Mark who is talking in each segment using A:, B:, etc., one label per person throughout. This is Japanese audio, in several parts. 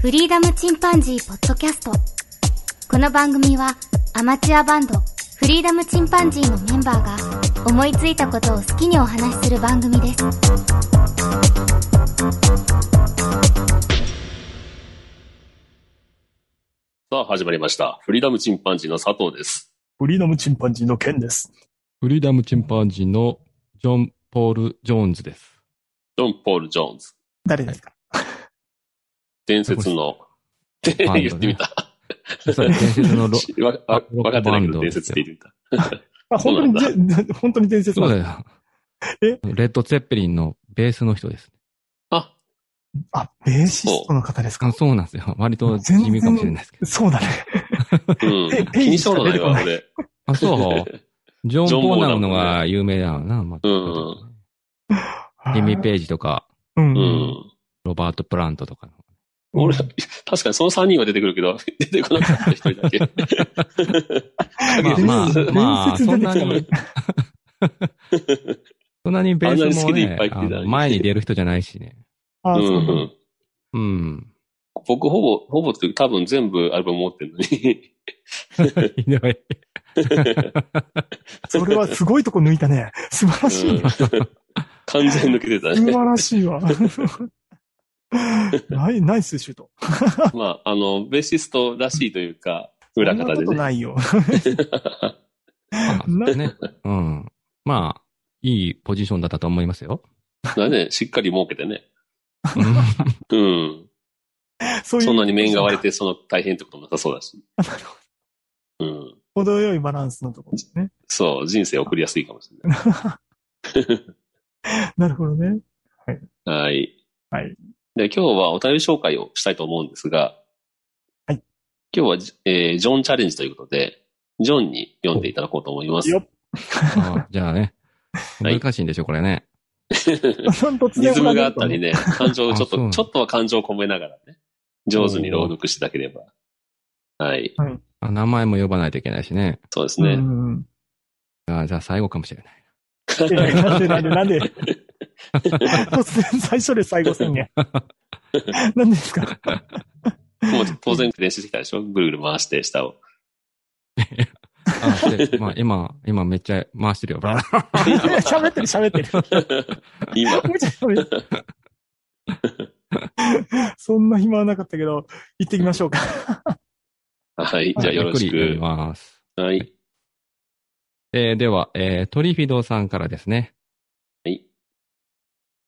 A: フリーダムチンパンジーポッドキャスト。この番組はアマチュアバンドフリーダムチンパンジーのメンバーが思いついたことを好きにお話しする番組です。
B: さあ、始まりました。フリーダムチンパンジーの佐藤です。
C: フリーダムチンパンジーの剣です。
D: フリーダムチンパンジーのジョン・ポール・ジョーンズです。
B: ジョン・ポール・ジョーンズ。
C: 誰ですか、
B: 伝説の、って
D: バンドね
B: 言ってみた。
D: そう伝説のロ、そ
B: わわ
D: ロック
B: 分かってないけ
D: バン
B: ど、
D: ド
B: 伝説って言ってみた。
C: あ、本当に
B: そ
C: ぜ、 本当に伝説な
D: うんだ
C: だ。
D: よ。
C: え
D: レッド・ツェッペリンのベースの人です。
B: あ、
C: あ、ベーシストの方です
D: あ
C: か
D: そうなんですよ。割と地味かもしれないですけど。
C: そうだね。
B: うん。
C: え
B: 気にしたことないわ、
C: ペ
B: 俺。
D: あ、そう。ジョン・
B: ジョン
D: ポーナムの
B: ボーナム
D: が有名だよな。まあ
B: うん
D: ジミー・ページとか、
C: う。
B: うんん。
D: ロバート・プラントと かの。
B: 俺、確かにその3人は出てくるけど、 出てこなかった一人だ け。
D: まあ
C: 伝
D: まあ、
C: 説
D: まあ、そんな
C: 伝
D: に。そんなにベ
B: あ
D: ースも
B: んなに好きでいっ
D: ね
B: ぱい、来てた
D: あ
B: のに
D: の前に出る人じゃないしね。
C: あ、
B: うん
C: そううなんだ
B: ん。
D: うん。
B: 僕、ほぼ、ほぼっていうか多分全部アルバム持ってるのに。
D: ひどい。
C: それはすごいとこ抜いたね。素晴らしいね。
B: うん完全抜けてた
C: 素
B: ね。
C: 晴らし いわ。ナイナイスシュート。
B: まあ、あの、ベーシストらしいというか、裏
C: そん
B: 方
C: なこ
B: で
C: と
B: ね。
C: ないよ。
D: まあ
C: な
D: ね。うん。まあ、いいポジションだったと思いま すよ。
B: だね、しっかり儲けてね。うん。
C: そういう。
B: そんなに面が割れて、その大変ってこともなさそうだし。うん。
C: 程よいバランスのところですね。
B: そう、人生送りやすいかもしれない。
C: なるほど ね。
B: はい。
C: はい。
B: で、今日はお便り紹介をしたいと思うんですが、
C: はい。
B: 今日はじ、えージョンチャレンジということで、ジョンに読んでいただこうと思います。
C: よっ
D: あじゃあね。
B: はい
D: 難しいんでしょ、これね。
C: 突
B: リ
C: 然
B: ズムがあったり
C: ね。
B: ね、感情をちょっ
D: あそう
B: と、ちょっとは感情を込めながらね、上手に朗読していただければ。はい。
D: あ名前も呼ばないといけないしね。
B: そうです
C: う
B: ね。
C: ん。
D: あじゃあ最後かもしれない。
C: えなんでなんでなんで突然最初で最後宣言。何ですか
B: もう当然練習してきたでしょぐるぐる回して、下を。
D: あでまあ、今、今めっちゃ回してる よ。バラ
C: 喋ってる喋ってる。
B: 今。
C: そんな暇はなかったけど、行ってきましょうか。
B: はい。じゃあよろし
D: ゆっくり読み
B: く。
D: ます。
B: はい。
D: えーでは、えートリフィドさんからですね。
B: はい。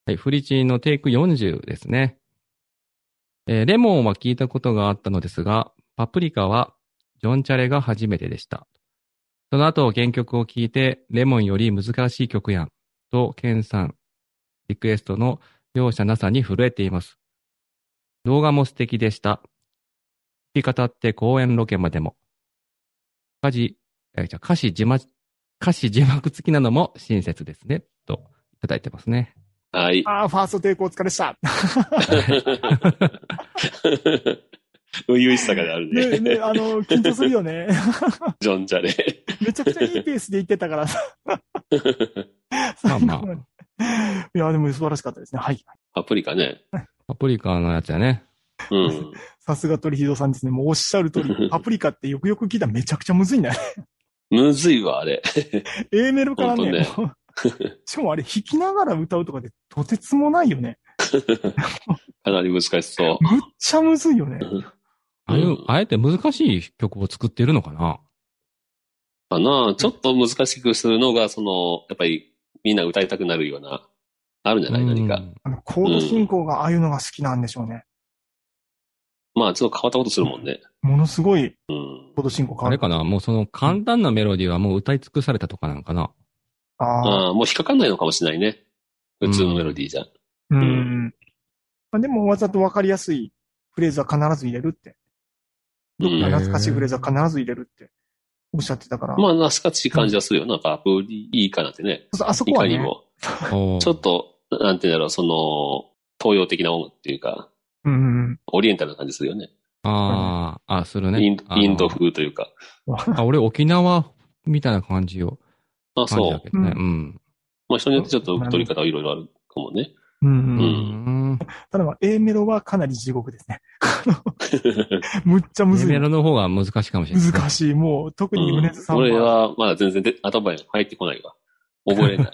D: はい、フリチンのテイク40ですね。えーレモンは聞いたことがあったのですが、パプリカはジョン・チャレが初めてでした。その後、原曲を聞いて、レモンより難しい曲やん、と、ケンさん、リクエストの容赦なさに震えています。動画も素敵でした。弾き方って公演ロケまでも。家事、えーじゃあ歌詞字幕、歌詞字幕付きなのも親切ですね、と、いただいてますね。
B: はい。
C: ああ、ファーストテイクお疲れした。
B: 初々しさがある
C: ね、
B: ね。
C: ね、あの、緊張するよね。
B: ジョン・ジャレ。
C: めちゃくちゃいいペースで行ってたからさ。
D: まあまあ
C: 最後までいや、でも素晴らしかったですね。はい。
B: パプリカね。
D: パプリカのやつやね。
B: うん。
C: さすが鳥ひどさんですね。もうおっしゃる通 り、パプリカってよくよく聞いたらめちゃくちゃむずいんだよね。
B: むずいわ、あれ。
C: A メロからね。
B: ほ
C: しかもあれ弾きながら歌うとかでとてつもないよね。
B: かなり難しそ
C: むっちゃむずいよね。
B: う。
D: ああいう、
B: うん
D: あえて難しい曲を作ってるのかな
B: かなちょっと難しくするのが、その、やっぱりみんな歌いたくなるような、あるんじゃない何か。
C: あの、コード進行がああいうのが好きなんでしょうね。
B: まあ、ちょっと変わったことするもんね。
C: ものすごい
B: うん。
C: コード進行変
D: あ
C: わ
D: れ
C: る。
D: かなもうその簡単なメロディーはもう歌い尽くされたとかなんかな
C: ああ、
B: ああ、もう引っかかんないのかもしれないね。普通のメロディーじゃ。
C: うんん。まあ、でもわざとわかりやすいフレーズは必ず入れるって。
B: う
D: へ
B: ん
D: ー。
C: 懐かしいフレーズは必ず入れるっておっしゃってたから。
B: まあ、懐かしい感じはするよな。パプリいいかなってね。
C: そうあそこ
B: い
C: は
B: かに
C: ね。
B: も。
D: おー
B: ちょっと、なんていうんだろう、その、東洋的な音楽っていうか、
C: うんうん。
B: オリエンタルな感じするよね。
D: ああ、あ、するね。
B: イン
D: あの
B: インド。風というか。
D: あ、俺沖縄みたいな感じを。
B: あ、
D: 感じ
B: そ
D: だ
B: う
D: け。どね。
C: う
D: うん。
B: まあ、人によってちょっと取り方はいろいろあるかもね。
C: うん
B: う
C: うんん。
D: ん。
C: ただまあ、A メロはかなり地獄ですね。 むっちゃむず
D: レベ
C: い。
D: ルの方が難しいかもしれない。
C: 難
D: し
C: しい。もう、特
B: う
C: に
B: ん
C: 胸津さんは、
B: 俺はまだ全然で頭に入ってこないわ。覚えれない。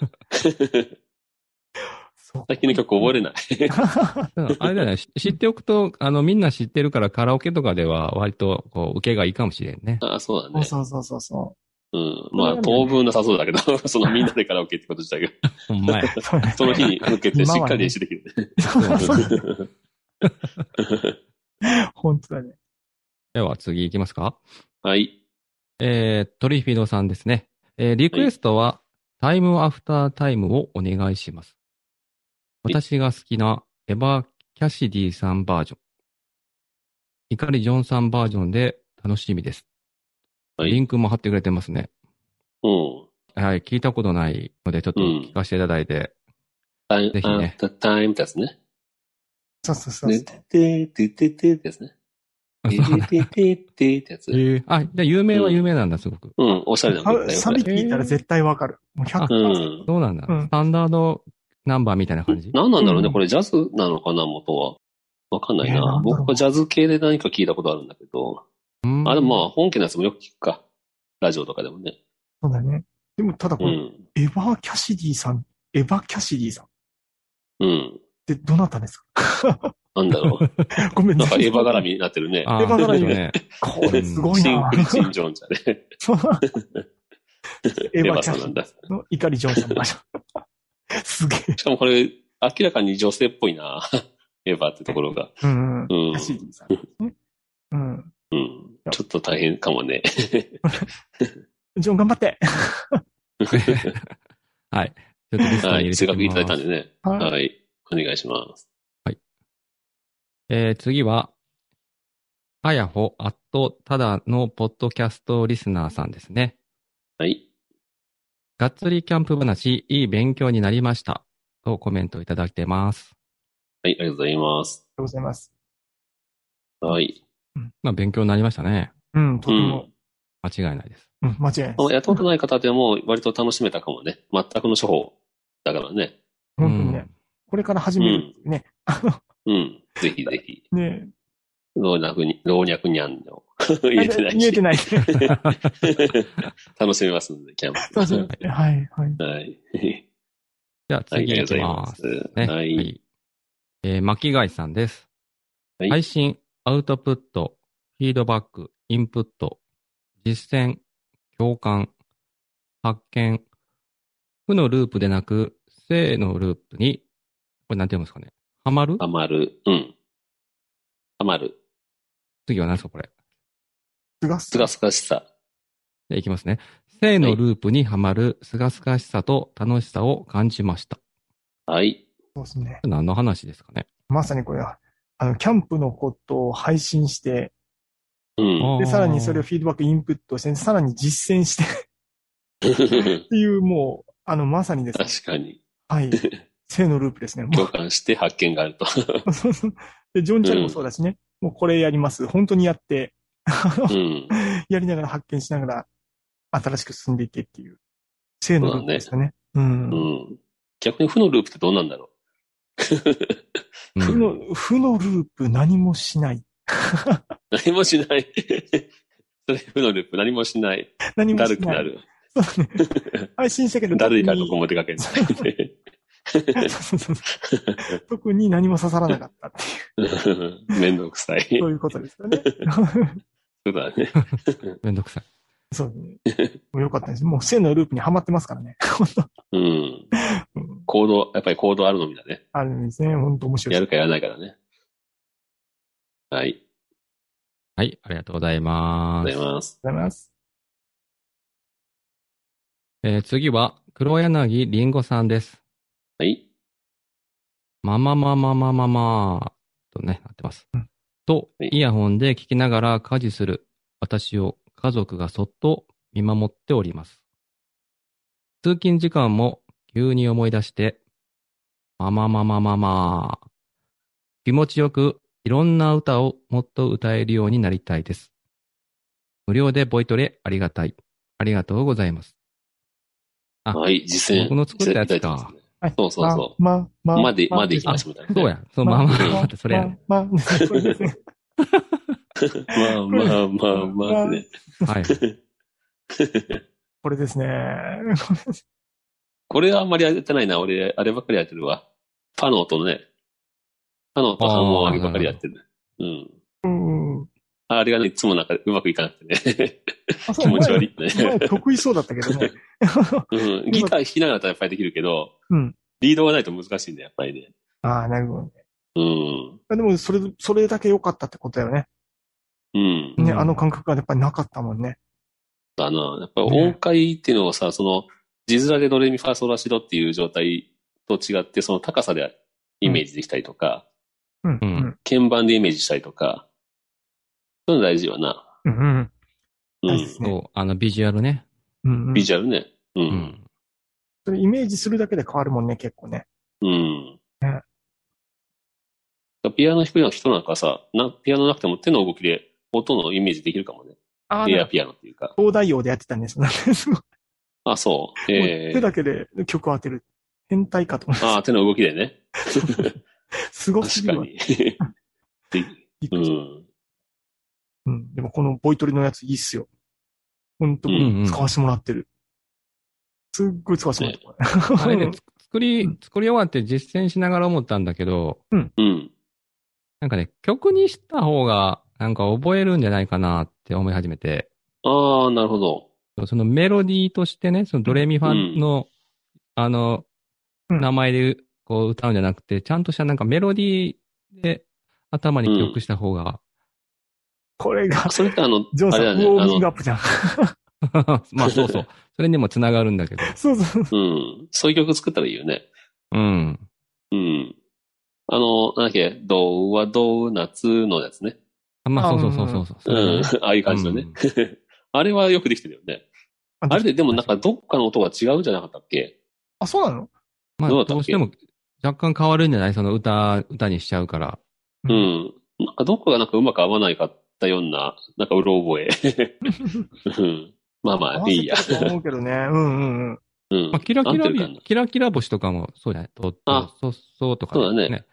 C: そう
B: 最近の曲覚えれない。
D: い。あれだよね、し知っておくと、あの、みんな知ってるからカラオケとかでは割と、こう、受けがいいかもしれん ね。
B: ああ、そうだね。
C: そうそうそうそ
B: うん。まあ、当分なさそうだけど、 そのみんなでカラオケってこと自体が、
D: ほんまや。
C: う。そうね
B: その日に向けてしっかり練習できる。
C: そうだね。本当だね。
D: では次行きますか。
B: はい。
D: えー、トリフィードさんですね。えー、リクエストは、タイムアフタータイムをお願いしま
B: い
D: す。私が好きなエバー・キャシディさんバージョン。イカリ・ジョンさんバージョンで楽しみです。
B: はい
D: リンクも貼ってくれてますね。
B: うん。
D: はい、聞いたことないので、ちょっと聞かせていただいて。
B: タイ
D: ぜひね
B: ム、タイムってやつね。
C: そうそうそう
B: ね、
C: そう。
B: てててててってやつね。ててててってやつ。
D: えーあ、じゃあ有名は有名なんだ、すごく。
B: うん、おしゃれな曲だよ。
C: あサビ聞いたら絶対わかる。もう
B: う
C: 100%。
B: ん。
D: そうなんだ。
C: うん
D: スタンダードナンバーみたいな感じ。
B: 何なんだろうね、
C: うん
B: これジャズなのかな、元は。わかんない
C: ね
B: な。
C: 何だろう
B: 僕はジャズ系で何か聞いたことあるんだけど。
D: うん
B: あ、でもまあ、本家のやつもよく聞くか。ラジオとかでもね。
C: そうだね。でも、ただこ
B: う
C: れ、
B: ん。
C: エヴァー・キャシディさん、エヴァ・キャシディさんっ
B: うん。
C: てどなたですか
B: なんだろう。
C: ごめん
B: な
C: なんさ
B: か
C: い。
B: エヴァ絡みになってるね。
D: あー
C: エヴァ
D: そう
C: 絡
D: で
C: み
D: すね。
C: これすごい
B: シン
C: な
B: ク。リチ ン・ジョンじゃね。
C: エ
B: エヴ
C: ヴァ・
B: ァ
C: キ
B: さ
C: ャ
B: んなん
C: シデ
B: だ。し
C: ィの怒り上司の場所。 すげえ。
B: かもこれ、明らかに女性っぽいな。 エヴァってところが。
C: うんうん。キ
B: うん
C: ャシディさんですね。うん。
B: うん。ちょっと大変かもね。
C: ジョン頑張って。
D: はい。ちょっとリストに
B: は
D: 入
B: い。
D: れて
B: せっ
D: お
B: かくい
D: き
B: た
D: ます
B: だいたんでね。
C: は
B: は
C: い。
B: い。お願いします。
D: えー次は、あやほ、あっと、ただのポッドキャストリスナーさんですね。
B: はい。
D: がっつりキャンプ話、いい勉強になりました。とコメントいただいてます。
B: はい、ありがとうございます。
C: ありがとうございます。
B: はい。
D: まあ、勉強になりましたね。
C: うん、とても。
D: 間違いないです。
C: うん、間違いないです。
B: やったことない方でも割と楽しめたかもね。全くの処方だからね。
D: う
C: 本当にね。
D: ん。
C: これから始めるっていうね。あ
B: うん。ぜひぜひ。
C: の、ね
B: 老若に、老若にゃんの。 言えてない
C: 言えて
B: し。
C: ない。そう で
B: 楽しめますんで、キャンプ。
C: すねはい、はい。
B: はい。
D: じゃあ
B: はい、ありがと
D: 次行き
B: うございま
D: ます。
B: す。
D: ね。
B: はい。
D: えー巻貝さんです。
B: はい
D: 配信、アウトプット、フィードバック、インプット、実践、共感、発見、負のループでなく、正のループに、これなんて読むんですかね。ハマる
B: ハマる。うん。ハマる。
D: 次は何ですかこれ。
C: すが
B: す
C: す
B: がすがしさ。
D: で、いきますね。正のループにはまる、すがすがしさと楽しさを感じました。
B: はい。
C: そうですね。
D: 何の話ですかね。
C: まさにこれは、あの、キャンプのことを配信して、
B: うん。
D: あー
C: で、さらにそれをフィードバック、インプットして、さらに実践してっ
B: 確
C: ていう、もう、あの、まさにですね。
B: かに。
C: はい。正のループですね。も
B: 共感して発見があると。
C: う、そうそう。で、ジョン・チャルもそうだしね。もうこれやります。本当にやって、
B: うん。
C: やりながら発見しながら、新しく進んでいけっていう、正のループですよね。うん。
B: うん。逆に負のループってどうなんだろ
D: うん
C: 負の、負のループ何もしない。
B: う。何もしない。それ負のループ、何もしない。
C: 何も
B: だ
C: し
B: るく
C: ない。
B: なる。
C: そうね。 配信したけど、
B: だるいから
C: 特
B: ここ
C: に
B: も出かけない。
C: そうそうそう 特に何も刺さらな かったって
B: めんどくさい。そ
C: い、
B: う
C: そう
B: う
C: いうことですよね。
B: だね。
D: めんどくさい。
C: そうね。もうよかったです。もう正のループにはまってますからね。 本当
B: うん。
C: うん
B: 行動、やっぱり行動あるのみだね。
C: あるんですね。本当面白い
B: や
C: です。
B: るかやらないからね。はい。
D: はい、ありがとうござい
B: あ
D: ま
B: りが
D: す
B: とう。ございます。
C: ありがとうございます。
D: えー次は、黒柳りんごさんです。
B: はい。
D: まままままままとね、なってます。と、
B: はい
D: イヤホンで聞きながら家事する私を家族がそっと見守っております。通勤時間も急に思い出して、まままままま気持ちよくいろんな歌をもっと歌えるようになりたいです。無料でボイトレあり がたい。ありがとうございます。あ
B: はい。実践。
D: 僕の作ったや
B: 実践いだ
D: つか
B: いてますね
C: はい。
B: そうそうそう
C: ま、ま、
B: まで、まで行きましょうみたいな。
D: そうや。そのまあまあまあって、それやね。
C: ま、ま、それですね。
B: まあまあまあまあね。
D: はい。
C: これですね。
B: これはあんまりやってないな。俺、あればっかりやってるわ。パノとね。パノとハンモン揚げばっかりやってる。うん。
C: うん。
B: あれがね、いつもなんかうまくいかなくて ね。
C: あ
B: 気持ち悪い。
C: 前
B: ね。
C: 前得意 そうだったけどね。
B: うん。ギター弾きながらだったらやっぱりできるけど、
C: うん
B: リードがないと難しいんだよ、やっぱりね。
C: ああ、なるほどね。
B: うん。
C: でも、それ、それだけ良かったってことだよね。
B: うん。
C: ね、
D: うん
C: あの感覚がやっぱりなかったもんね。
B: だな。やっぱ音階っていうのをさ、その、字面でドレミファソラシドっていう状態と違って、その高さでイメージできたりとか、
C: うん。う
D: うんん。
B: 鍵盤でイメージしたりとか、そういうの大事よな。
C: うん。うん
B: う
C: 大事で
B: ん。
C: すね
D: そう、あの、ビジュアルね。
C: うん。
B: ビジュアルね。う。
D: うんん。
C: それイメージするだけで変わるもんね、結構ね。
B: うん。
C: ね
B: ピアノ弾くような人なんかさ、なピアノなくても手の動きで音のイメージできるかもね。
C: あ
B: エアピアノっていうか。
C: 東大王でやってたんです。なんか すごい
B: あ、そう。
C: もう
B: え
C: 手
B: え
C: だけで曲を当てる。変態かと思いま
B: あ、手の動きでね。
C: す。すごす
B: 確
C: ぎ
B: か
C: るわ。
B: に。
C: びっ
B: う
C: くりした
B: ん。
C: うん。でもこのボイトレのやついいっすよ。ほんと
B: う、
D: んうん
C: 使わせてもらってる。すっごい使わせてもらって
D: あれ
C: る
D: ね、つ作り、作り終わって実践しながら思ったんだけど、
B: うん。
D: なんかね、曲にした方が、なんか覚えるんじゃないかなって思い始めて、
B: ああ、なるほど。
D: そのメロディーとしてね、そのドレミファの、あの、
C: うん
D: 名前でこう歌うんじゃなくて、ちゃんとしたなんかメロディーで頭に記憶した方 が、
C: これが
B: あ、それってあの
C: ジョ、ン
B: あ
C: さん、
B: れだね、
C: ウォ
B: あ
C: ーミングア
B: の、
C: ップじゃん。
D: まあそうそう。それにもつながるんだけど。
C: そうそう。
B: うん。そういう曲作ったらいいよね。
D: うん。
B: うん。あの、なんだっけ、ドウはドーナツのやつね。
D: まあ
C: あ
D: そうそうそうそうそうう。
B: ん。 ああいう感じのね。 あれはよくできてるよね。 あれで、でもなんかどっかの音が違うんじゃなかったっけ
C: あ、そうなの
D: まあ
B: どうだったっ
D: ど
B: け
D: うしても若干変わるんじゃないその歌、歌にしちゃうから。
B: う。ん。なんかどこがなんかうまく合わないかったような、なんかうろ覚え。 うん。まあ
C: 合
B: ま
C: わ
B: あ、い
C: せ
B: い
C: て
B: や。
C: ると思うけどね。うんうんうん。
B: うん
D: まあ、。キラキ
B: 合っ
D: ラ
B: てる
D: び
B: かな、
D: キラキラ星とかもそうじゃないと、
B: あ
D: そうそうとか、
B: そうだね。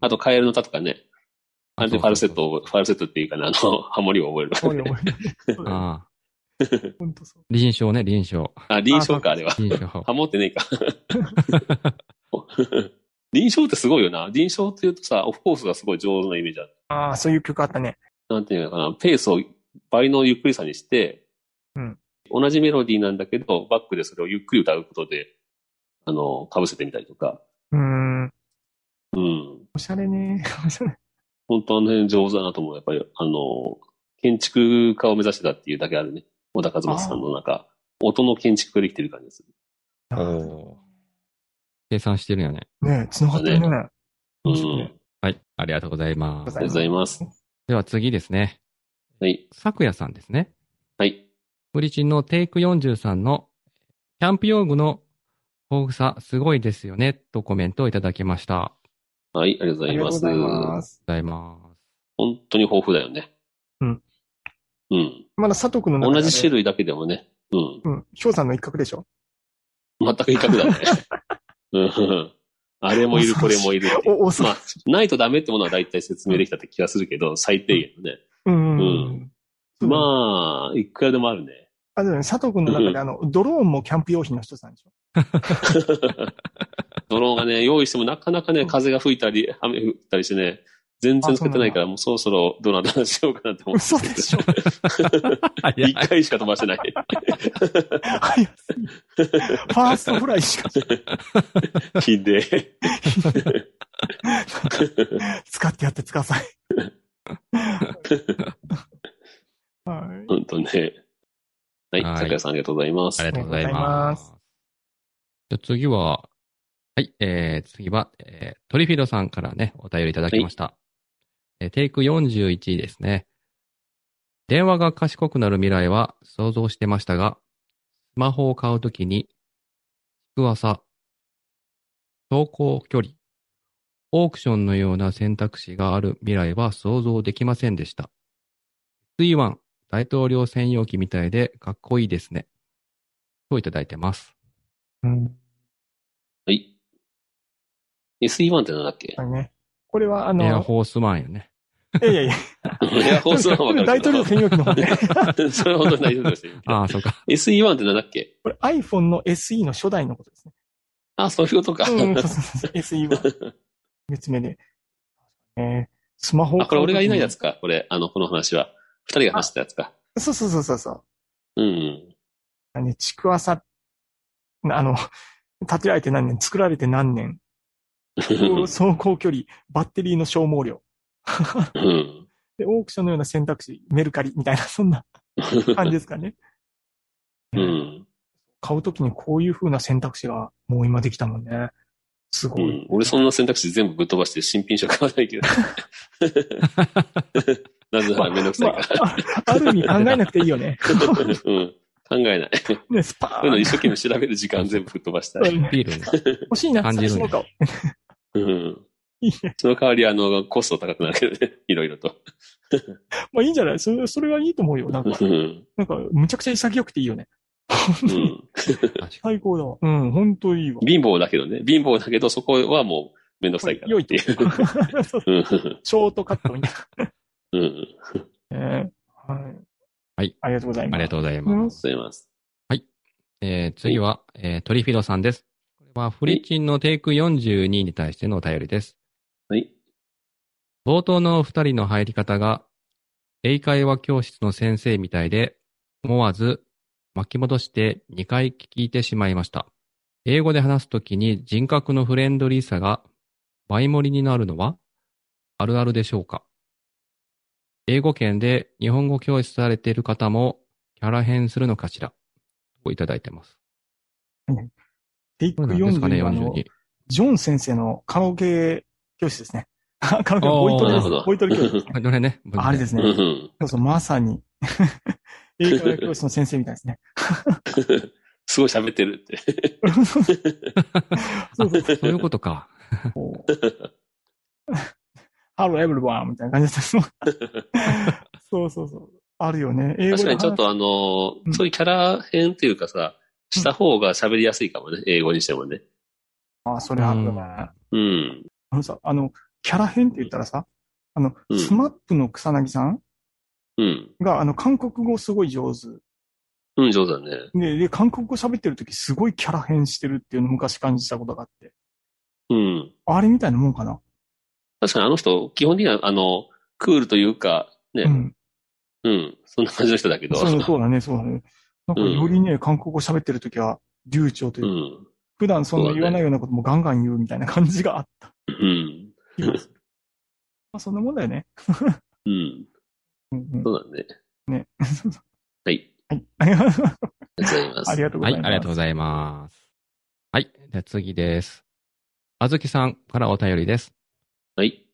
B: あと、カエルの歌とかね。あれでファルセットを、ファルセットっていうかな、あの、 ハモリを覚える
C: そう
B: か
C: い
B: ら
C: う
B: ね。
C: 思い出。そうだよ
D: ああ。
C: ほんとそう。
D: 臨床ね、臨床。
B: あ、臨床か、あれは。
D: 臨 床。
B: ハモってねえか。 臨床ってすごいよな。臨床って言うとさ、オフコースがすごい上手なイメージある。
C: ああ、そういう曲あったね。
B: なんていうのかな、ペースを倍のゆっくりさにして、
C: うん
B: 同じメロディーなんだけど、バックでそれをゆっくり歌うことで、あの、被せてみたりとか。
C: うーん。
B: うん。
C: おしゃれね。 おしゃれ。
B: 本当あの辺上手だなと思う。やっぱり、あの、建築家を目指してたっていうだけあるね。小田和正さんの中、音の建築ができてる感じでする。
D: おー計算してるよね。
C: ねえ、繋がってるね。
B: う
C: 面
B: ん。あ
C: 白い
B: り
C: ね
B: が
D: はい。ありがとうございま
B: と
D: す
B: う。ございます。
D: では次ですね。
B: はい。
D: 昨夜さんですね。
B: はい。
D: ブリチンのテイク43のキャンプ用具の豊富さすごいですよねとコメントをいただきました。あ
B: はい、ありがとうご
C: あ
B: ざい
C: りがと
B: ま
C: うご
B: す
C: ざ。います。
D: りがとうございます。
B: 本当に豊富だよね。
C: うん。
B: うん。
C: まだ佐藤君の
B: 同
C: 中で
B: じ種類だけでもね。うん。
C: うん。翔さんの一角でしょ
B: 全く威嚇だね。うん。あれもいる、これもいるっていう。
C: お、おそ
B: まあ、ないとダメってものは大体説明できたって気がするけど、最低限のね。
C: うんう。
B: うん
C: そうだね
B: まあ、いくらでもあるね。
C: あ、でもね、佐藤君の中であの、ドローンもキャンプ用品の一つなんでしょ
B: ドローンがね、用意してもなかなかね、風が吹いたり、雨降ったりしてね、全然使ってないから、もうそろそろドローンの話しようかなって思って。
C: 嘘でしょ
D: 早
B: 一
D: い。
B: 回しか飛ばしてない。
C: 早すぎるファーストフライしか
B: ひで え。
C: 使ってやってください。 はい。
B: ほんとね。はい、
D: はい
B: 桜井さんありがとうございます
D: あり。がとうござい
C: ありがとうございま
D: ますす。じゃあ次は、はい、えー、次は、えー、トリフィドさんからね、お便りいただきました。えーテイク41ですね。電話が賢くなる未来は想像してましたが、スマホを買うときに、軸技、走行距離、オークションのような選択肢がある未来は想像できませんでした。S1、大統領専用機みたいでかっこいいですね。といただいてます。
C: うん
B: はい。 SE1 ってなんだっけ
C: あのね。これは、あの、
D: エアホースマンよね。
C: いやいやいや、
B: エアホースワンはわかる
C: 大統領専用機の方ね。
B: 領 それは本当に大丈夫ですよ。
D: ああ、そ うか。
B: SE1 ってなんだっけ
C: これ iPhone の SE の初代のことですね。
B: あ、そういう ことか。
C: うん、そうそうそう。SE は。 別名で。えースマホを
B: あ、これ俺がいないや
C: つ。
B: つか。これ、あの、この話は。二人が話したやつか。
C: そうそうそうそうそ
B: う
C: う。
B: ん。
C: あのね、ちくわさ、あの、建てられて何年、作られて何 年、走行距離、バッテリーの消耗量。
B: うん。
C: で、オークションのような選択肢、メルカリみたいな、 そんな感じですか ね。
B: うん。
C: 買うときにこういう風な選択肢がもう今できたもんね。すご
B: う
C: い。
B: ん。俺そんな選択肢全部ぶっ飛ばして新品しか買わないけど。 なぜならめんどくさい
C: ま
B: から。
C: あ、あある意味考えなくていいよね。
B: うん。考えない。こ
C: ね、スパ
B: ういうの
C: ーン
B: 一生懸命調べる時間全部吹っ飛ばしたい。
D: ビールが。
C: 欲しいな、
D: 感じる
C: 最
D: ね
C: 初の顔
B: うん。
C: いいね。
B: その代わり、あの、コスト高くなるけどね。いろいろと。
C: まあいいんじゃないそれ、それはいいと思うよ。なんか、
B: うん。
C: なんか、むちゃくちゃ潔くていいよね。
B: うん。
D: 確かに
C: 最高だわ。うん、本当いいわ。
B: 貧乏だけどね。貧乏だけど、そこはもうめんどくさいから。
C: 良いと。そう そう
B: うん。
C: ショートカットみたい
B: うん。
C: な。ねはい。
D: はい。
C: ありがとうございます。
D: ありがとうござい
C: ござい
D: ます。
C: ます。
B: そういます。
D: えー次は、えートリフィドさんです。これは、フリチンのテイク42に対してのお便りです。
B: はい。
D: 冒頭のお二人の入り方が、英会話教室の先生みたいで、思わず巻き戻して2回聞いてしまいました。英語で話すときに人格のフレンドリーさが倍盛りになるのはあるあるでしょうか英語圏で日本語教室されている方もキャラ変するのかしらといただいてます。
C: テイク
D: これ何ですかね、
C: 42あの
D: 42。
C: ジョン先生のカラオケ教室ですね。あカラオケ、
D: あー
C: ボイトレで
B: なる
C: す
B: ほど。
C: ボイトレ教室ですね。
D: あどれね。
C: ああれです
B: う
C: ね。
B: ん。
C: そうそう、ま さに。英会話教室の先生みたいですね。
B: すごい喋ってるって。
C: そうそう
D: ね。そういうことか。
C: Hello everyone! みたいな感じです。 そうそうそう。あるよね。英語
B: 確
C: で
B: かに
C: 話
B: ちょっとあの、
C: うん
B: そういうキャラ編っていうかさ、した方が喋りやすいかもね。英語にしてもね。
C: あ、それあるよね。
B: うん。
C: あのさ、あの、キャラ編って言ったらさ、あの、
B: うん
C: スマップの草薙さん
B: うん。
C: が、あの、韓国語すごい上手。
B: うん、上手だね。
C: で、で韓国語喋ってる時すごいキャラ編してるっていうのを昔感じたことがあって。
B: うん。
C: あれみたいなもんかな。
B: 確かにあの人、基本的にはあの、クールというか、ね、
C: う
B: うん、
C: ん。
B: そんな感じの人だけど。
C: そうそうだね、そうだね。なんか、
B: うん
C: よりね、韓国語喋ってる時は、流暢という
B: う
C: か、
B: ん。
C: 普段そん
B: そ
C: な
B: うだね
C: 言わないようなこともガンガン言うみたいな感じがあった。
B: うん。
C: まあ、そんなもんだよね。
B: うん。
C: うんうん
B: そうだね。
C: ね。
B: はい。
C: はい。ありがとうございます
B: あ
C: ありがとうござ
D: はい、
C: います。
D: ありがとうございます。はい、じゃあ次です。あずきさんからお便りです。
B: はい。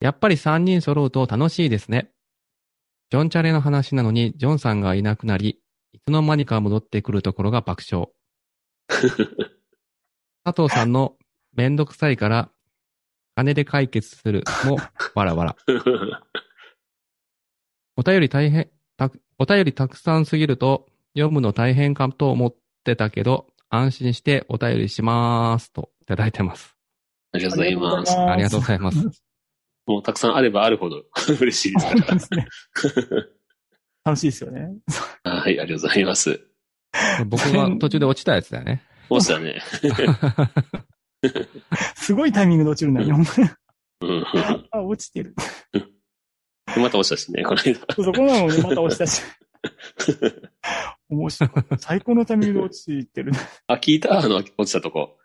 D: やっぱり3人揃うと楽しいですね。ジョンチャレの話なのに、ジョンさんがいなくなり、いつの間にか戻ってくるところが爆笑。佐藤さんのめんどくさいから、金で解決するも、わらわら。お便り大変、たお便りたくさんすぎると、読むの大変かと思ってたけど、安心してお便りしますといただいてます。
B: ありがとうございます。
D: ありがとうございます。
B: もうたくさんあればあるほど 嬉しいですか
C: そうですね。楽しいですよね。
B: ら。はい、ありがとうございます。
D: 僕が途中で落ちたやつだよね。
B: そうしたね。
C: すごいタイミングで落ちるんだよね、ほんまに。
B: うん。
C: あ、落ちてる。
B: また落ちたしね、この間。
C: そうそこなのにまた落ちたし。面白い。最高のタイミングで落ちてる。
B: あ、聞いたあの、落ちたとこ。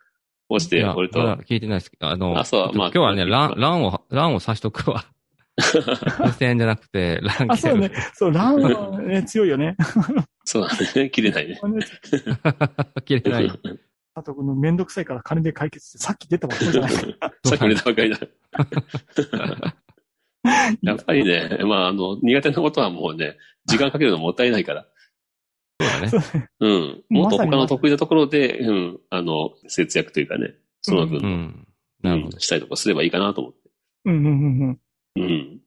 B: 落ち
D: い
B: て、
D: や
B: 俺と。
D: まだ聞いてないですけど、あの、
B: あそう
D: ちょっと
B: まあ
D: 今日はね、ラ
B: まあ
D: ン、ランを、ランを刺しとくわ。無線じゃなくて、ラン
C: あ、
D: 切
C: そう
D: る
C: ね。そう、ランはね、強いよね。
B: そうだね。切れないね。
C: あの佐
D: 切れ ない。
C: 藤君のめんどくさいから金で解決して、さっき出たばっかりじゃないですか。
B: さっき売れたばかりだ。やっぱりね、まあ、あの、苦手なことはもうね、時間かけるのもったいないから。
D: そうだね。
B: うん。もっと
C: まさ
B: 他
C: に
B: の得意なところで、うん、あの、節約というかね、その分、
D: う
B: うん
D: ん。なるほど。
B: したりとかすればいいかなと思って。
C: うんうんうんうん。
B: うん。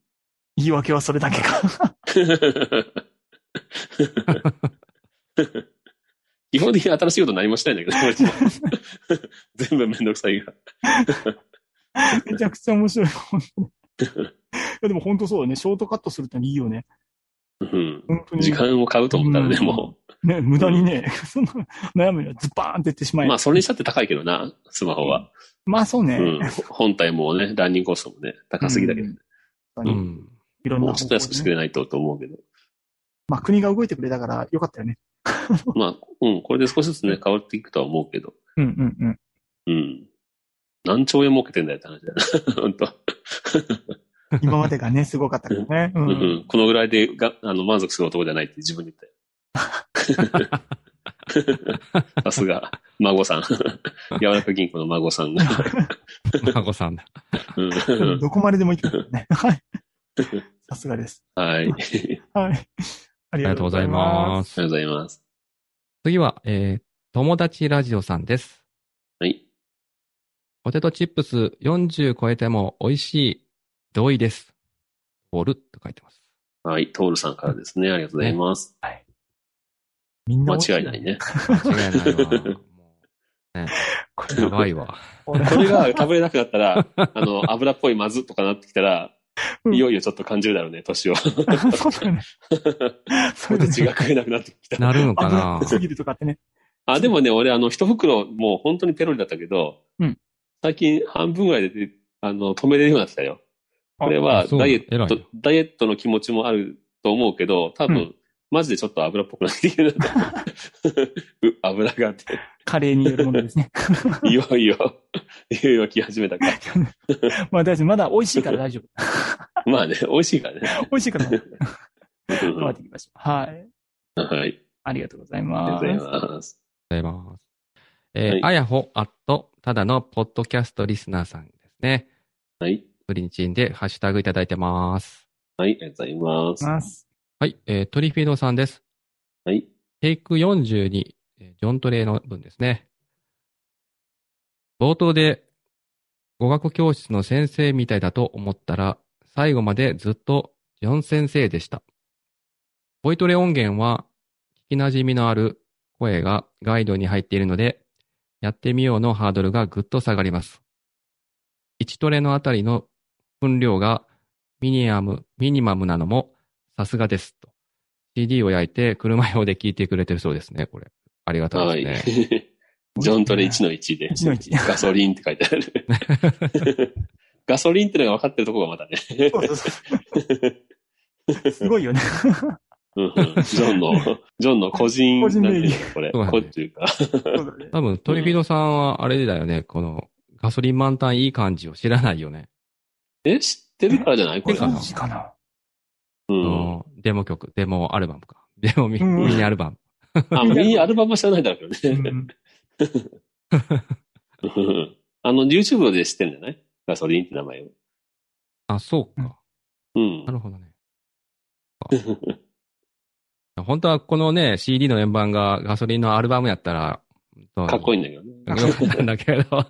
C: 言い訳はそれだけ か。
B: 基基本的に新しいこと何もしたいんだけど、俺も 全部めんどくさいが。
C: めちゃくちゃ面白い。本当にいやでも本当そうだね。ショートカットするってのいいよね。
B: うん。
C: 本当に。
B: 時間を買うと思ったらね、
C: うん
B: も
C: ね、無駄にね、そんな悩むよりはズバーンっていってし
B: う。
C: まえ。
B: ま
C: ま
B: あ、それにしたって高いけどな、スマホは。
C: あそうね。
B: うん。本体もね、ランニングコストもね、高すぎだけど、ね。
C: 本当
D: う
C: に
D: ん。
C: いろん
B: も
C: な
B: うち
C: 方
B: ょっと
C: 向で
B: 安くしてく
C: ね
B: れないとと思うけど。
C: まあ国が動いてくれたからよかったよね。
B: まあ、うん、これで少しずつね、変わっていくとは思うけど。
C: うんうんうん。
B: うん。何兆円儲けてんだよって話だよな。 本当。
C: 今までがね、すごかったからね。う
B: うん
C: ん。
B: うん、このぐらいでがあの満足する男じゃないって自分に言ったよ。さすが、孫さん。柔らか銀行の孫さんが。
D: 孫さんだ。
B: うん
C: どこまででもいけるね。はい。さすがです。
B: はい。ありがと
C: はい。あり。
D: ありがとうございますす。
B: うございます。
D: 次は、えー、友達ラジオさんです。
B: はい。
D: ポテトチップス40超えても美味しい、同意です。ボルと書いてます。
B: はい。トールさんからですね。ありがとうございます。
C: みんな
B: 間違いない。ね。
D: 間違いないわ。もうね、
C: こ
D: やばいわ。
C: これ
B: これが食べれなくなったら、あの、油っぽいまずっとかなってきたら、
C: うん
B: いよいよちょっと感じるだろうね、年を。
C: そうだよね。そ
B: ポ
C: れ
B: テ
C: で
B: チ
C: ね
B: が食えなくなってきた。
D: なるのか
C: 油
D: な
C: っぽすぎるとかってね。
B: あ、でもね、俺、あの、一袋、もう本当にペロリだったけど、
C: うん
B: 最近半分ぐらいで、あの、止めれるようになってきたよ。これ
D: あ
B: は、
D: そう
B: ダイエッ
D: 偉い
B: ト
D: ね、
B: ダイエットの気持ちもあると思うけど、多分、
C: う
B: マジでちょっと油っぽくなってきてるなとう 油があって、
C: カレーによるものですね。
B: いよいよ、いよいよ来始めた から。
C: まあ大丈夫。まだ美味しいから大丈夫。
B: まあね、美味しいからね。
C: 美味しいからね。
B: うん
C: 頑張っていきましょう。はい。
B: はい。
C: ありがとうござい
B: ありが
C: ま
B: とうご
C: す。
B: ざいます。
D: ありがとうございます。えー
B: はい
D: あやほ、あっと、ただのポッドキャストリスナーさんですね。
B: はい。
D: プリンチンでハッシュタグいただいてます。
B: はい、ありがとうございます。
C: ます。
D: はい、えートリフィードさんです。
B: はい。
D: テイク42、えージョントレイの分ですね。冒頭で語学教室の先生みたいだと思ったら、最後までずっとジョン先生でした。ボイトレ音源は聞き馴染みのある声がガイドに入っているので、やってみようのハードルがぐっと下がります。1トレのあたりの分量がミニアム、ミニマムなのもさすがですと。CD を焼いて車用で聞いてくれてるそうですね、これ。ありがた
B: はいい。
D: ですね。
B: ジョントレ1の1で。
C: 1の1
B: ガソリンって書いてある。 ガソリンってのが分かってるところがまたね。
C: そうそうそうすごいよね。
B: うんうんジョンの、ジョンの個人、
C: 個人
B: なんていうの
C: 名
B: これ、
D: そうだ
B: 個
D: ね
B: っていうか。
C: そうだね
D: 多分、トリフィードさんはあれだよね、この、ガソリン満タンいい感じを知らないよね。
B: え、知ってるからじゃないこれ。
D: かな
C: 感じかな。
B: うん。
D: そのデモ曲、デモアルバムか。 デモミ,、
C: うん
D: ミニアルバム。
B: あ、ミニアルバムは知らないだろうけ
C: う
B: どね。
C: ん
B: うん あの、YouTube で知ってるんじゃないガソリンって名前を。
D: あ、そうか。
B: うん
D: な。る ほどね。本当はこのね、CD の円盤がガソリンのアルバムやったら、
B: かっこ
D: い
B: いいんだけどね。
D: い。よかったんだけど、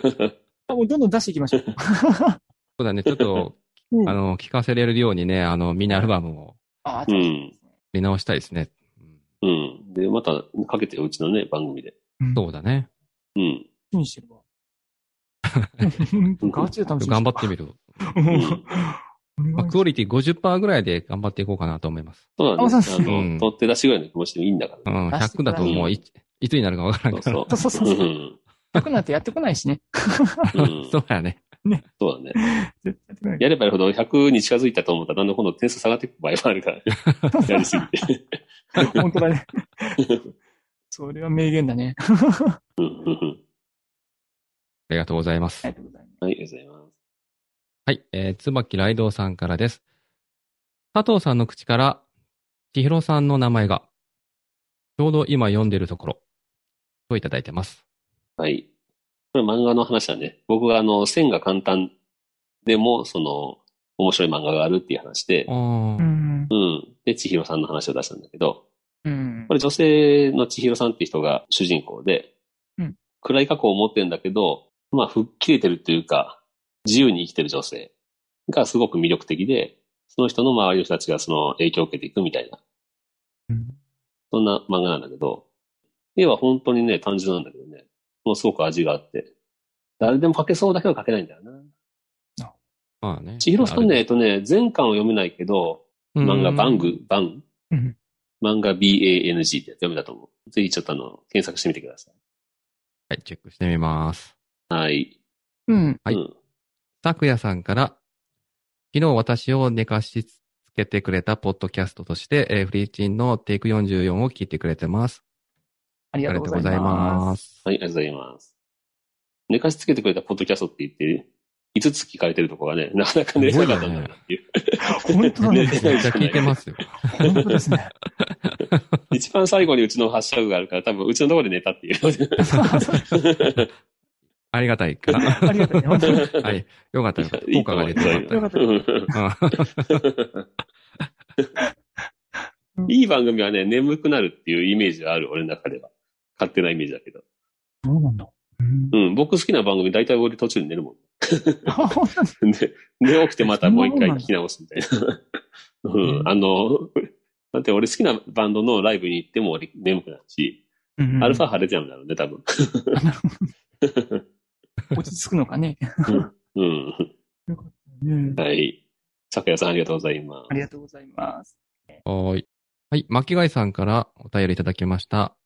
D: そ
C: もうどんどん出していきましょう。
D: うだね、ちょっと、
C: うん
D: あの、聞かせれるようにね、あの、ミニアルバムを
C: あ
B: う
C: ー
B: ん。
D: 見直したいですね。う
B: う
D: ん
B: ん。で、またかけてようちのね、番組で。
D: そうだね。
B: うん。
C: 楽しみにしてるわ。うんガチで楽しみ
D: 頑張ってみる。
C: み
D: まあ、クオリティ50%ぐらいで頑張っていこうかなと思います。
B: そうだね。
C: あそうそう
B: あ
D: うん
B: の、取って出しぐらいの気持ちでいいんだか
D: う
B: らね。
D: ん、100だともういいつになるかわからんけど。
B: そう
C: そう
B: そ。
C: そうう
B: う
C: そうんくなんてやってこないしね。
B: うん
D: そうやね。
B: そうだね。
C: 絶対やってこない
B: やればやるほど100に近づいたと思ったら、だんだん今度点数下がっていく場合もあるからね。やりすぎて。
C: 本当だね。それは名言だね。
B: うんうん
D: ありがとうございます
C: あ。りがとうございます。
B: うんはい、ありがとうございます。
D: はい、えー、つばきらいどうさんからです。佐藤さんの口から、千尋さんの名前が、ちょうど今読んでるところ、といただいてます。
B: はい。これ漫画の話だね。僕があの、線が簡単でも、その、面白い漫画があるっていう話で
D: あ、ー
C: うん。
B: うん。で、千尋さんの話を出したんだけど、
C: うん
B: こ。れ女性の千尋さんっていう人が主人公で、
C: うん
B: 暗い過去を持ってるんだけど、まあ、吹っ切れてるというか、自由に生きてる女性がすごく魅力的で、その人の周りの人たちがその影響を受けていくみたいな、
C: うん
B: そんな漫画なんだけど、絵は本当にね、単純なんだけどね。もうすごく味があって。誰でも描けそうだけど描けないんだよな。
D: まあね。
B: 千尋さんね、えっとね、前巻を読めないけど、
D: うん、
B: 漫画バング、バン
C: うん。
B: 漫画 BANG って読めたと思う。ぜひちょっとあの、検索してみてくださ
D: はい、チェックしてみます。
B: い。はい。
C: うん。
D: はい
B: うん
D: 拓也さんから、昨日私を寝かしつけてくれたポッドキャストとして、えーフリーチンのテイク44を聞いてくれてます。
C: あり
D: あ
C: が
D: り
C: と
D: が
C: う
D: と
C: ご
D: うござ
C: ざ
D: い
C: い
D: ま
C: ます。
D: す。
B: はい、ありがとうございます。寝かしつけてくれたポッドキャストって言って、5つ聞かれてるとこがね、なかなか寝れなかったんだなっていう。
C: 本当だね。
B: ね
D: めっちゃ聞いてま すよ。
C: 本当ですね。
B: 一番最後にうちのハッシュタグがあるから、多分うちのところで寝たって いう。
D: ありがたいから。
C: ありがとうね。本当に。
D: はい。よかったよかった。
B: いい
D: 効
B: と
D: 果
B: 思
D: が
B: う
D: 出 てよかっ
B: うん
D: たよ。
B: いい番組はね、眠くなるっていうイメージがある、俺の中では。勝手なイメージだけど。
C: そうなんだ。うん
B: うん、僕好きな番組、大体俺途中に寝るも
C: あ本当に
B: ん。で、寝起きてまたもう一回聞き直すみたいな。 うん、あの、だって俺好きなバンドのライブに行っても俺眠くなるし、
C: うん
B: アルファ腫れちゃうんだろうね、多分。
C: 落ち着くのかね。
B: うん。
C: うん
B: はい。咲夜さんありがとうございます。
C: ありがとうございます。
D: はーい。はい。巻貝さんからお便りいただきました。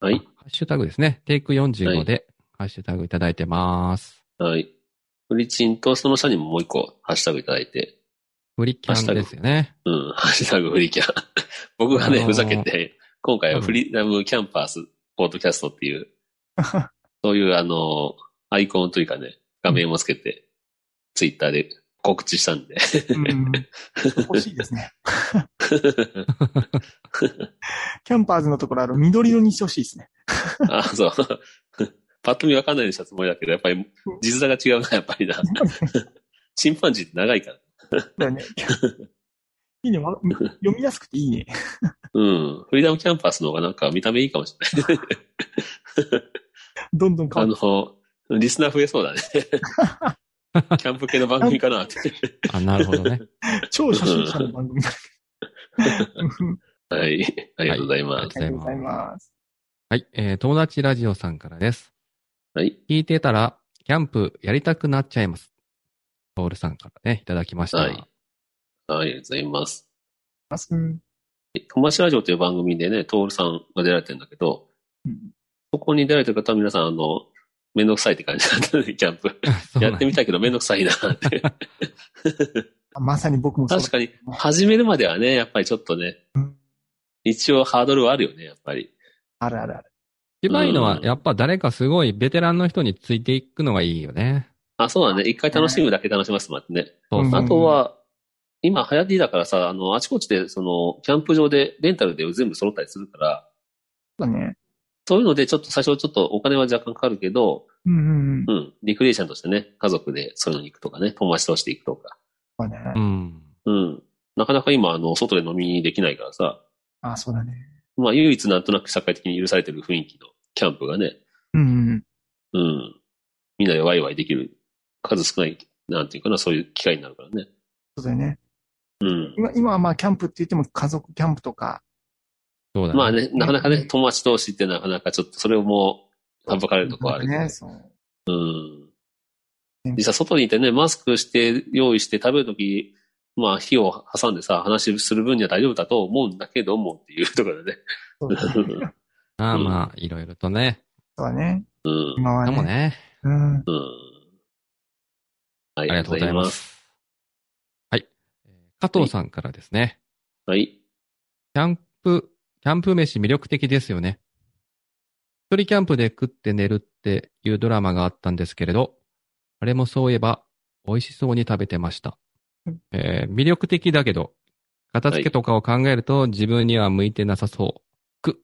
B: はい。
D: ハッシュタグですね。テイク45で、ハッシュタグいただいてます。
B: はい。フリチンとその下にももう一個ハッシュタグいただいて、
D: フリキャンですよね。
B: うん、 ハッシュタグフリキャン。僕がね、
D: あのー
B: ふざけて、今回はフリーダムキャンパースポートキャストっていう、そういうあの、アイコンというかね、画面をつけて、ツイッターで告知したんで。
C: うん欲しいですね。キャンパーズのところ、あの、緑色にしてほしいですね。
B: あ、そう。パッと見わかんないようにしたつもりだけど、やっぱり、字面が違うな、やっぱりな。チンパンジーって長いから。
C: だよね。いいね。わ読みやすくていいね。
B: うん。フリーダムキャンパスの方がなんか見た目いいかもしれない。
C: どんどん変
B: あ
C: わる。
B: の、リスナー増えそうだね。キャンプ系の番組かなって。
D: あ、なるほどね。
C: 超初心者の番組だけどうん
B: はい。ありがとうございま
D: はい
B: す。
C: ありがとうございます。
D: はい。えー友達ラジオさんからです。
B: はい。
D: 聞いてたら、キャンプやりたくなっちゃいます。ポールさんからね、いただきま した。
B: はいありがとうございます。
C: うん
B: 友達ラジオという番組でね、トールさんが出られてるんだけど、
C: うん
B: そこに出られてる方は皆さん、あの、めんどくさいって感じだったね、キャ ンプ。
D: そう
B: や
D: なん
B: ってみたいけどめんどくさいなって。
C: まさに僕もそう
B: 確かに、始めるまではね、やっぱりちょっとね
C: うん、
B: 一応ハードルはあるよね、やっぱり。
C: あるあるある。
D: 一番いいのは
B: う、ん
D: やっぱ誰かすごいベテランの人についていくのがいいよね。
B: あ、そうだね。一回楽しむだけ楽しますもんね。
D: そうそう
B: あとは、今流行りだからさ、あの、あちこちで、その、キャンプ場でレンタルで全部揃ったりするから、
C: そうだね。
B: そういうので、ちょっと最初ちょっとお金は若干かかるけど、
C: うんうんうん。
B: う
C: そ
B: ん、リクリエーションとしてね、家族でそういうのに行くとかね、友達として行くとか。
C: うだね。
D: うん。
B: うん。なかなか今、あの、外で飲みにできないからさ、
C: あ、そうだね。
B: まあ、唯一なんとなく社会的に許されてる雰囲気のキャンプがね、
C: うんうん。
B: うん。みんなでワイワイできる、数少ない、なんていうかな、そういう機会になるからね。
C: そうだよね。
B: うん。
C: 今、今はまあ、キャンプって言っても家族キャンプとか、
D: そうだね。
B: まあね、なかなかね、友達同士ってなかなかちょっと、それをもう、省かれるとこはあるけど
C: ね。そ
B: う
C: う。
B: ん
C: ね。
B: 実際外にいてね、マスクして用意して食べるとき、まあ火を挟んでさ、話する分には大丈夫だと思うんだけどもっていうところでね。
C: そうだね。
D: まあまあ、いろいろとね。
C: そうだね。
B: うん。
C: 今は
D: で
C: ね。
D: もね、
C: うん。
B: うん。はい、
D: ありがとうございま。す。はい。加藤さんからですね。
B: はい。
D: キャンプ、キャンプ飯魅力的ですよね。一人キャンプで食って寝るっていうドラマがあったんですけれど、あれもそういえば美味しそうに食べてました
C: うん。
D: えー魅力的だけど、片付けとかを考えると自分には向いてなさそう。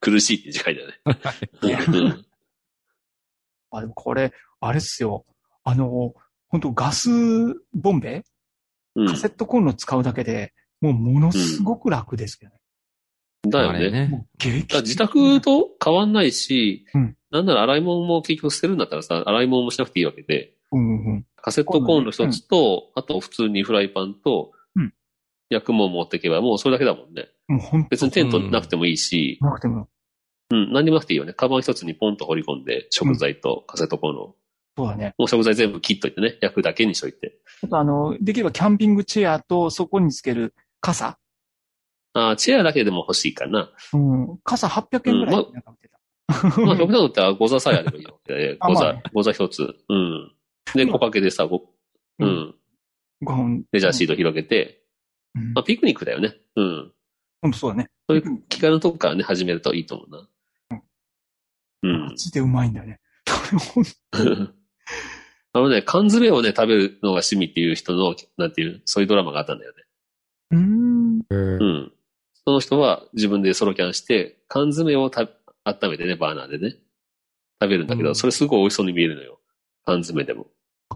B: 苦しい って次回だね。うん
C: あ、でもこれ、あれっすよ。あの、本当ガスボンベ
B: う
C: カセ
B: ん。
C: ットコンロ使うだけで、もうものすごく楽ですけどね。
B: だよ
D: あ
B: ね
D: れ。ね
C: もう激
B: だから自宅と変わんないし、
C: うん
B: なんなら洗い物も結局捨てるんだったらさ、洗い物もしなくていいわけで、
C: うんうん。
B: カセットコンロ一つと、あと普通にフライパンと
C: うん、
B: 薬も持っていけばもうそれだけだもんね。
C: もう本当
B: 別にテントなくてもいいし、
C: なくても、
B: うん、何にもなくていいよね。カバン一つにポンと掘り込んで、食材とカセットコンロ、
C: そうだね。
B: もう食材全部切っといてね、焼くだけにしといて。
C: あとあの、できればキャンピングチェアとそこにつける傘。
B: ああ、チェアだけでも欲しいかな。
C: うん。傘800円ぐらい。
B: うん
C: なんか売ってた
B: まあ、極端だったら、ゴザさえあればいいよ。えー
C: あ
B: ゴ
C: まあ
B: ザ
C: ね、
B: ゴザ一つ。うん。で、
C: うん
B: 小掛けでさ、ご、う
C: うん
B: ん。
C: 5本。
B: レジャーシート広げて、
C: うん
B: まあ、ピクニックだよね。うん。
C: うん、そうだね。
B: そういう気軽のとこからね、始めるといいと思うな。うん
C: マ。ジでうまいんだよね。これ
B: あのね、缶詰をね、食べるのが趣味っていう人の、なんていう、そういうドラマがあったんだよね。
C: ほん、うーん。
D: えー
B: うん。その人は自分でソロキャンして、缶詰をた温めてね、バーナーでね、食べるんだけど、
D: うん
B: それすごい美味しそうに見えるのよ。缶詰でも。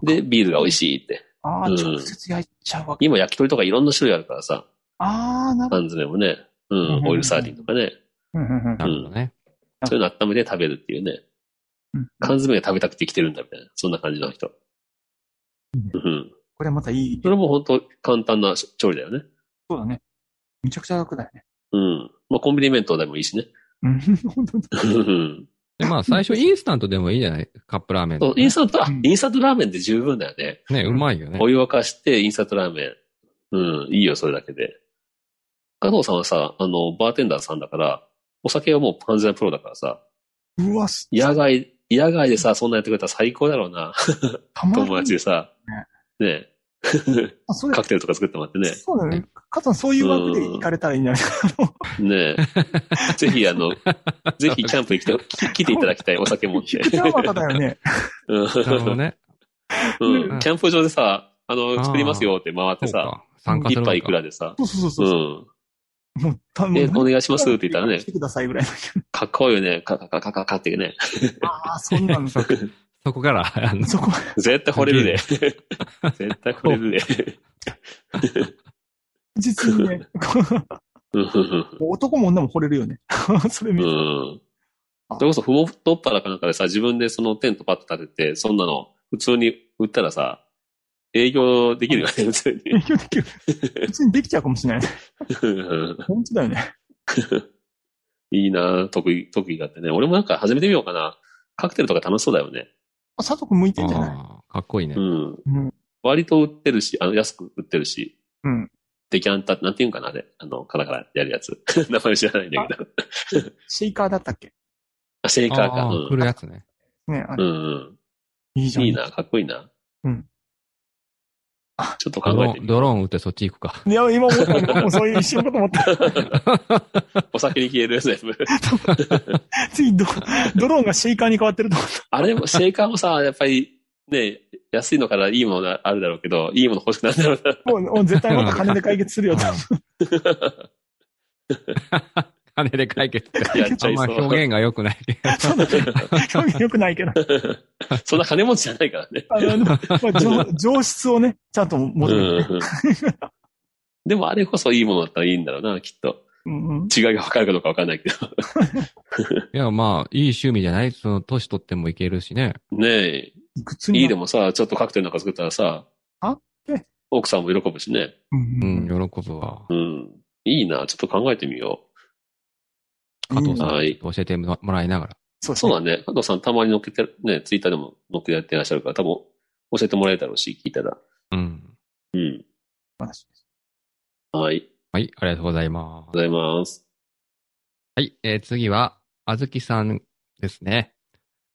B: で、ビールが美味しいって。
C: ああ、
B: うん
C: 直接焼いちゃうわけ。
B: 今焼き鳥とかいろんな種類あるからさ、
C: ああ、なる
B: 缶詰もね、う
C: うんん、
B: オイルサーディンとかね、
C: ほどうんうんうん
D: なるほどね。
B: そういうの温めて食べるっていうね、
C: うん。
B: 缶詰が食べたくて来てるんだみたいな、そんな感じの人。
C: いいね
B: うん。
C: これまたいい。
B: それも本当簡単な調理だよね。
C: そうだね。めちゃくちゃ楽だよね。
B: うん。まあ、コンビニ弁当でもいいしね。
C: うん、本当だ。
B: うん
D: でまあ、最初インスタントでもいいじゃないカップラーメン
B: そ
D: と
B: う
D: かね。
B: インスタント、あ
C: うん
B: インスタントラーメンって十分だよね。
D: ね、うまいよね。
B: お湯沸かして、インスタントラーメン。うん、いいよ、それだけで。加藤さんはさ、あの、バーテンダーさんだから、お酒はもう完全なプロだからさ、
C: うわ、す
B: 野外、野外でさ、そんなやってくれたら最高だろうな。
C: たまら
B: 友
C: ない
B: 達でさ、ね
C: あそれ
B: カクテルとか作ってもらってね。
C: そうだね。加藤さん、そういう枠で行かれたらいいんじゃないか
B: ねぜひ、あの、ぜひキャンプに来て、き来ていただきたい、お酒持って。
C: な。手はまただよね。
B: うん
D: なるほど ね。
B: う
D: うん
B: んキャンプ場でさ、あ
D: あー
B: の、作りますよって回っ
D: そ
B: て
D: う
B: さ、
D: か。参加す
B: 一
D: るのか。
B: 杯いくらでさ、
C: そうそうそううそう。
B: ん。
C: もう、た
B: え、お願いしますって言ったらね
C: 来、てくださいぐらいの。
B: かっこいいよね、かかかかかかってね。
C: ああ、そん なの。そこ、
D: そこから、あの、
B: 絶対惚れるで。 絶対惚れるで。
C: 実にね、
B: うん
C: 男も女も惚れるよね。 それ
B: う
C: めっちゃ
B: ん。それこそ、ふも太っ腹かなんかでさ、自分でそのテントパッと立てて、そんなの、普通に売ったらさ、営業できるよね、普通に
C: 勉。強できる。別にできちゃうかもしれない。
B: うん
C: 本当だよね。
B: いいな得意、得意だってね。俺もなんか始めてみようかな。カクテルとか楽しそうだよね。
C: あ佐藤くん向いてんじゃない
D: あーかっこいいね
B: う。ん。
C: うん。
B: 割と売ってるし、あの、安く売ってるし。
C: うん。
B: デキャンタ、なんていうんかな、あれ。あの、カラカラやるやつ。 名前知らないんだけど。
C: シェイカーだったっけ
B: あ、シェイカーか。
D: あ
B: う
D: ー
B: ん
D: 来るやつね。
C: ね、あ
B: う
C: れ。
B: ん
C: いい
B: うん。
C: じゃん。
B: いいな、かっこいいな。
C: うん。
B: ちょっと
D: ド
B: 考
D: ロ
B: え
D: ー
B: て
D: ン、
B: みよ
D: ドローン打ってそっち行くか。
C: いや、今思ったのもうそういう一瞬のこと思った。
B: う。お酒に消えるやつ全部。
C: 次ド、ドローンがシェイカーに変わってると思っ
B: あれも、シェイカーもさ、やっぱり、ね、安いのからいいものがあるだろうけど、いいもの欲しくなるだろうな。
C: た。もうもう絶対また金で解決するよと。
D: 金で解決って。
B: やっち
D: あ
B: ゃ
D: ん
B: い
D: ま
B: そう。
D: 表現が良くない けど。
C: そうだね。表現良くないけど。
B: そんな金持ちじゃないから ね。
C: あの、まあ上、上質をね、ちゃんと持ってる。
B: うんでもあれこそいいものだったらいいんだろうな、きっと。
C: うんうん。
B: 違いが分かるかどうか分かんないけど。
D: いや、まあ、いい趣味じゃないその、年取ってもいけるしね。
B: ねえ。
C: 靴に。
B: いいでもさ、ちょっとカクテルなんか作ったらさ
C: あえ、
B: 奥さんも喜ぶしね。
C: うん
D: う、
C: うんん。
D: 喜ぶわ。
B: うん。いいな、ちょっと考えてみよ
D: 加藤さん、
B: はい
D: ちょっと教えてもらいながら。
C: そう
B: う。そう
C: そ
B: だ
C: う。
B: ね。加藤さんたまに乗っけて、ね、ツイッターでも乗っけてやってらっしゃるから、多分教えてもらえるだろうし、聞いたら。
D: うん。
B: うん。はい。あり
D: はい、ありがとうございま
B: がとう
D: す。
B: ございます。
D: はい、えー次は、あずきさんですね。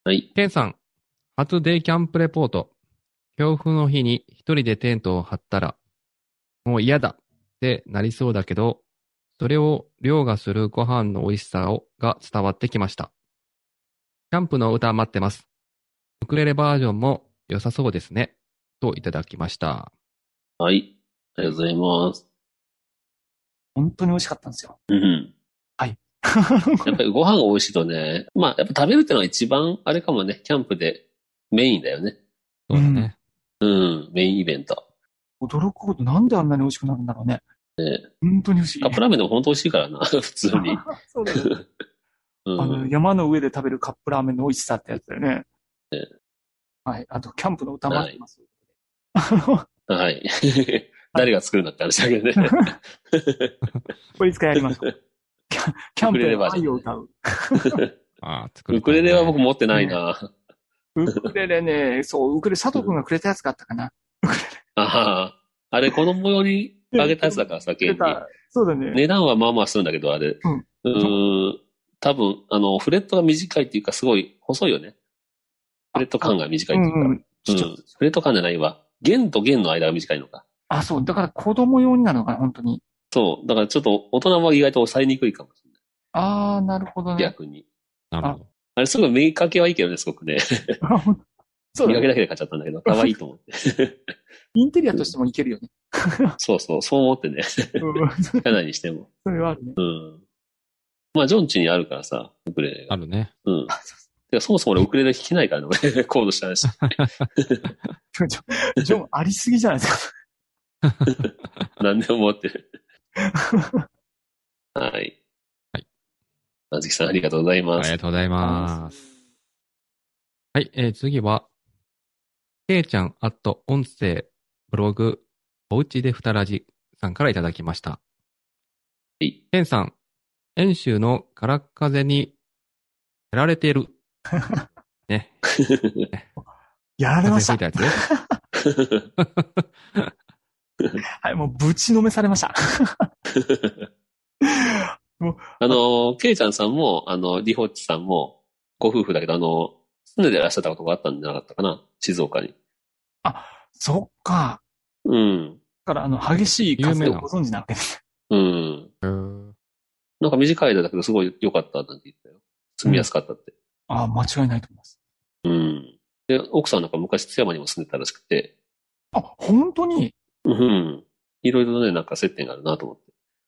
B: はい。
D: ケンさん、初デイキャンプレポート。強風の日に一人でテントを張ったら、もう嫌だってなりそうだけど、それを凌駕するご飯の美味しさをが伝わってきました。キャンプの歌待ってます。ウクレレバージョンも良さそうですね。といただきました。
B: はい。ありがとうございます。
C: 本当に美味しかったんですよ。
B: うん。やっぱりご飯が美味しいとね、まあ、やっぱ食べるってのは一番、あれかもね、キャンプでメインだよね。
D: そうだね。
B: うん、メインイベント。
C: 驚くほどなんであんなに美味しくなるんだろうね。本当に不思議。
B: カップラーメンでも本当美味しいからな、 普通に。
C: そうだよね。
B: う
C: あの、
B: ん。
C: 山の上で食べるカップラーメンの美味しさってやつだよね。はい。あと、キャンプの歌もあります。あの、
B: はい。 誰が作るんだって話だけどね。
C: これいつかやりましょう。キャキャン
B: ウク
C: プ
B: レレ
C: で
B: バージョン
C: 愛を歌う。
D: ああ、作る、
B: ウクレレは僕持ってないな。
C: ウクレレね、そう、ウクレレ、佐藤くんがくれたやつがあったかな。
B: ああ。あれ、子供用にあげたやつだからさ、
C: く
B: 現
C: れ
B: に。
C: た。そうだね。
B: 値段はまあまあするんだけど、あれ。
C: うん
B: うーん。多分、あの、フレットが短いっていうか、すごい細いよね。フレット感が短
C: う
B: いっていう
C: ん
B: か。
C: う
B: うん
C: ん。ちっちゃい
B: フレット感じゃないわ。弦と弦の間が短いのか。
C: あ、そう。だから子供用になるのかな、本当に。
B: そう。だからちょっと大人は意外と抑えにくいかもしれ
C: ああ、なるほど
B: ない。
C: ね。
B: 逆に。
D: なるほど。
B: あれ、すごい見かけはいいけどね、すごくね。
C: そう
B: 見
C: だ
B: かけ
C: ね。
B: だけで買っちゃったんだけど、可愛いと思って。
C: インテリアとしてもいけるよね。
B: そうそう、そう思ってね。
C: うん。 そ
B: かなにしても。
C: れはあるね。
B: うん。まあ、ジョンチにあるからさ、ウクレレが
D: あ。るね。
B: うん。てかそもそも俺ウクレレ弾けないからね、俺、 コードしたらし。
C: ちょちょジョン、ありすぎじゃないです
B: 何でも持ってる。はい。
D: はい。
B: あずきさん、ありがとうござい
D: あ
B: ま
D: り
B: す
D: が。とうござい
C: か。
D: ます。はい、えー次は、けいちゃんアット音声ブログ、おうちでふたらじさんからいただきました。
B: はい。
D: けんさん、遠州の空っ風にやられてる。ね。
C: やられまし
D: 風吹
C: た
D: い。たやつね。
C: はい、もうぶちのめされました。
B: あの、ケイちゃんさんも、あの、リホッチさんも、ご夫婦だけど、あの、住んでいらっしゃったことがあったんじゃなかったかな静岡に。
C: そっか。
B: うん。
C: だから、あの、激しい風
D: 有名
C: を
D: な
C: ご存知なわけです。
B: うん。なんか短い間だけど、すごい良かったなんて言ったよ。住みやすかったって。
C: ああ、間違いないと思います。
B: うん。で、奥さんなんか昔津山にも住んでたらしくて、
C: あ、本当に
B: うん。いろいろね、なんか接点があるなと思って。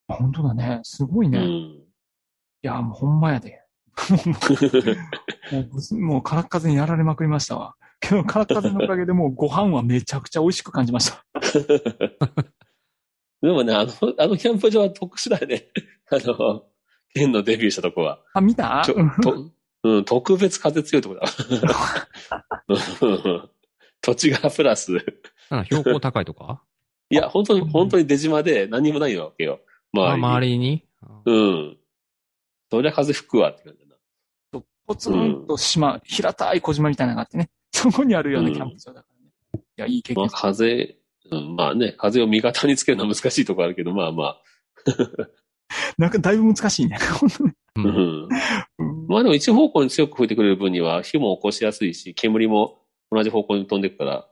C: あ本当だね。すごいうね。い
B: ん。
C: や、もうほんまやで。 もう、もう、空っ風にやられまくりましたわ。けど、空っ風のおかげでもうご飯はめちゃくちゃ美味しく感じました。
B: でもね、あの、あのキャンプ場は特殊だよね。 あの、県のデビューしたとこは。
C: あ、見た
B: ちょ
C: うん
B: とうん、特別風強いとこだ。うん土地がプラス。
D: なんか標高高いとか
B: いや、本当に、本当に出島で何もないわけよ。周り
D: あ
B: に。
D: 周りに、
B: うん。そりゃ風吹くわって感じだな。
C: ポツンと島、平たい小島みたいなのがあってね。 そこにあるようなキャンプ場だからね。いや、いい経
B: ま
C: 験
B: あ、
C: した。
B: 風、うん、まあね、風を味方につけるのは難しいとこあるけど、まあまあ。
C: なんかだいぶ難しいね。 本当ね
D: う
B: うんん。
C: うん
B: まあでも一方向に強く吹いてくれる分には火も起こしやすいし、煙も同じ方向に飛んでいくから、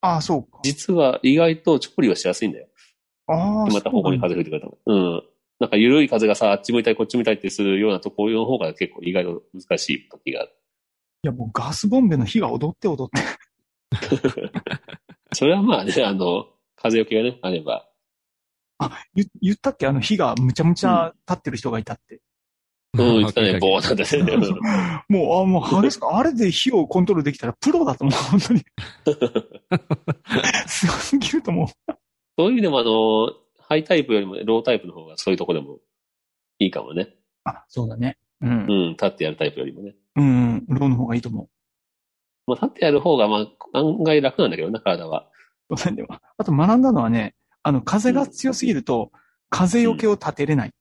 C: ああ、そうか。
B: 実は意外と調理はしやすいんだよ。
C: ああ、
B: 決まった方向に風吹いてくれたの。うん。なんか緩い風がさ、あっち向いたりこっち向いたりってするようなところの方が結構意外と難しい時がある。
C: いや、もうガスボンベの火が踊って踊って。
B: それはまあね、あの、風よけがね、あれば。
C: 言言ったっけあの火がむちゃむちゃ立ってる人がいたって。
B: うん、言ってたね、棒なんだね。
C: もう、あもう激しく、あれで火をコントロールできたらプロだと思う、本 当に。すごすぎると思う。
B: そういう意味でもあの、ハイタイプよりもロータイプの方がそういうとこでもいいかもね。
C: あ、そうだね。うん
B: う。ん、立ってやるタイプよりもね。
C: うん、うん、ローの方がいいと思
B: まあ立ってやる方がまあ案外楽なんだけどな、体は。
C: う。そうだねあと学んだのはね、あの、風が強すぎると、風よけを立てれない。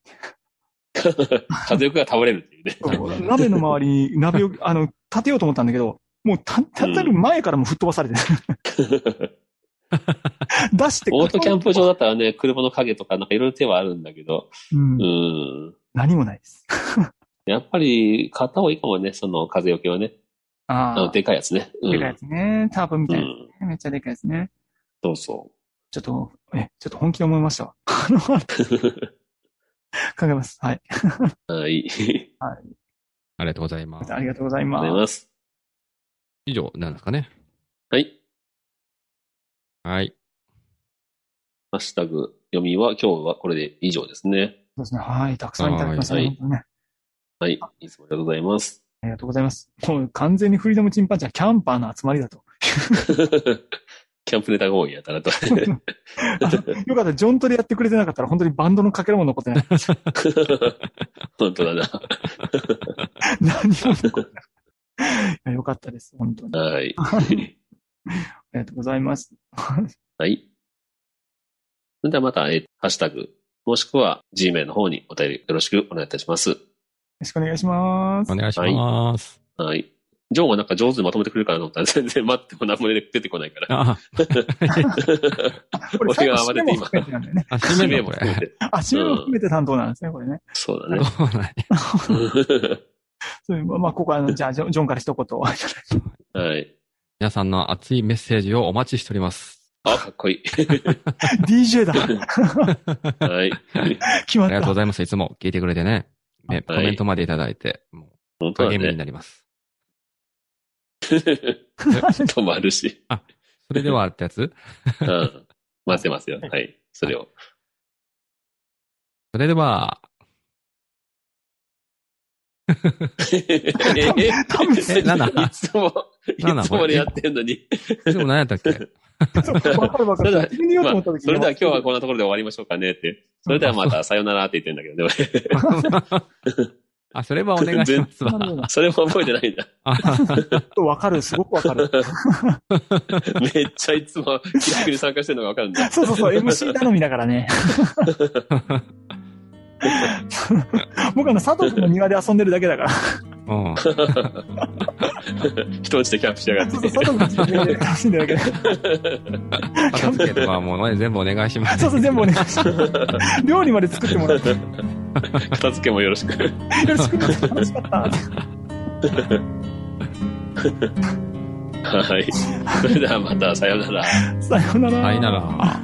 B: 風よけが倒れるっていう ね。
C: そう鍋の周りに鍋を、あの、立てようと思ったんだけど、もうた立てる前からもう吹っ飛ばされてる 出して
B: オートキャンプ場だったらね、車の影とかなんかいろいろ手はあるんだけど、
C: うん
B: う、ん。
C: 何もないです。
B: やっぱり買った方がいいかもね、その風よけはね。
C: あ
B: あの、
C: あ、で
B: でかいやつね。うん。
C: かいやつね。タープみ
B: う
C: たいな、ね
B: ん。
C: めっちゃでかいですね。
B: そうそ
C: ちょっと、え、ちょっと本気で思いましたわ。あ の、考えます。はい。
B: う。はい。あり
D: ありがとうございます。
C: ありがとうござい
B: が
C: ま
B: とう
C: す
B: ご。ざいます。
D: 以上なんですかね。
B: はい。
D: はい。
B: ハッシュタグ読みは今日はこれで以上ですね。
C: そうですね。はい。たくさんいただきましたね。
B: はい
C: 本当にね
B: はい。いつもありがとうございます。
C: ありがとうございます。もう完全にフリーダムチンパンジーはキャンパーの集ま りだと。
B: キャンプネタが多いやったなと。
C: あのよかった。ジョントでやってくれてなかったら本当にバンドのかけらも残ってない。
B: 本当だな。
C: 何も残ってないいや。よかったです。本当に。あ
B: はい。
C: りがとうございます。
B: はい。それではまた、えーハッシュタグ、もしくは G 名の方にお便りよろしくお願いいたします。
C: ろしくお願いします
D: お。願いします。
B: はい。ジョンはなんか上手にまとめてくれるかなと思ったら全然待っても何も出てこないから。
D: あ
C: これ、最
B: 俺が
C: 後締
B: 慌て
C: めも
B: て今
C: 含めてなんだよね。
D: あ、締
B: 名
D: める
B: も
D: こ
B: 含め
D: れ。
B: て。
C: あ、締め も含めて担当なんですね、これね。
B: そうだ
D: ど
B: ね。
D: うなんや
C: そういうまあ、ここ は、あのじゃあ、ジョンジョンから一言。
B: はい。
D: 皆さんの熱いメッセージをお待ちしております。
B: あ、かっこいい。
C: DJ だ。
B: はい。
C: 決ま
D: あ
C: っ
D: りがとうご
C: た。
D: ざいます。いつも聞いてくれてね。ねコ
B: はい
D: メントまでいただいて、も
B: 本当だ
D: う、励みに
B: ね。
D: なります。
B: 止まるし。
D: それではってやつ
B: うん。待ってますよ。はい。それを。
D: それでは、
C: 多分
D: え、なんだ
B: いつも、い
D: なんだ
B: つも俺やってんのに。
D: いつも何やったっけ
C: そうかわかるわ
B: そ
C: か
B: れで
C: る。
B: は
C: 自分で言おうと
B: ま
C: 思
B: あ
C: った時に
B: それでは今日はこんなところで終わりましょうかねって。 それではまた、さよならって言ってんだけどね、
D: あ、それはお願いします
C: なるほ
D: わ。
C: ど
B: 俺。それも覚えてないんだ。
D: あ
C: わかる、すごくわか る。
B: めっちゃいつも、気楽に参加してるのがわかるんだ。
C: そうそうそう、MC 頼みだか らね。僕あの、佐藤君の庭で遊んでるだけだから。
D: うん。
B: 人落ちてキャンプしやがって
C: そう。そう、佐藤君の庭で楽しんでるだけだか
D: 片付けとかもうね、全部お願いしま
C: ら。
D: す。
C: そうそう、全部お願いします。料理まで作ってもらって。よ
B: 片付けもよろしく。
C: ろしく楽しかった。
B: はい。それではまた、さよなら。
C: さようなら。
D: さよなら。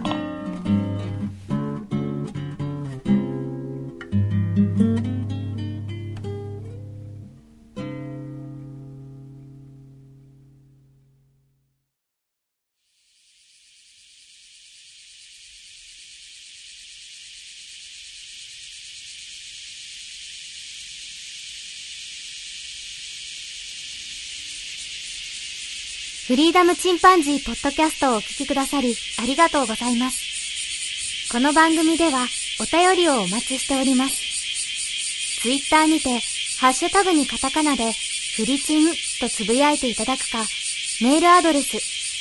A: フリーダムチンパンジーポッドキャストをお聞きくださり、ありがとうございます。この番組では、お便りをお待ちしております。ツイッターにて、ハッシュタグにカタカナで、フリチンとつぶやいていただくか、メールアドレス、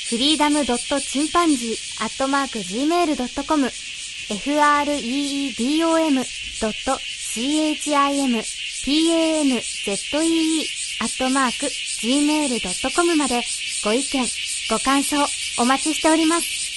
A: フリーダムドットチンパンジーアットマーク Gmail.com、freedom.chimpanzee アットマーク Gmail.com まで、ご意見、ご感想、お待ちしております。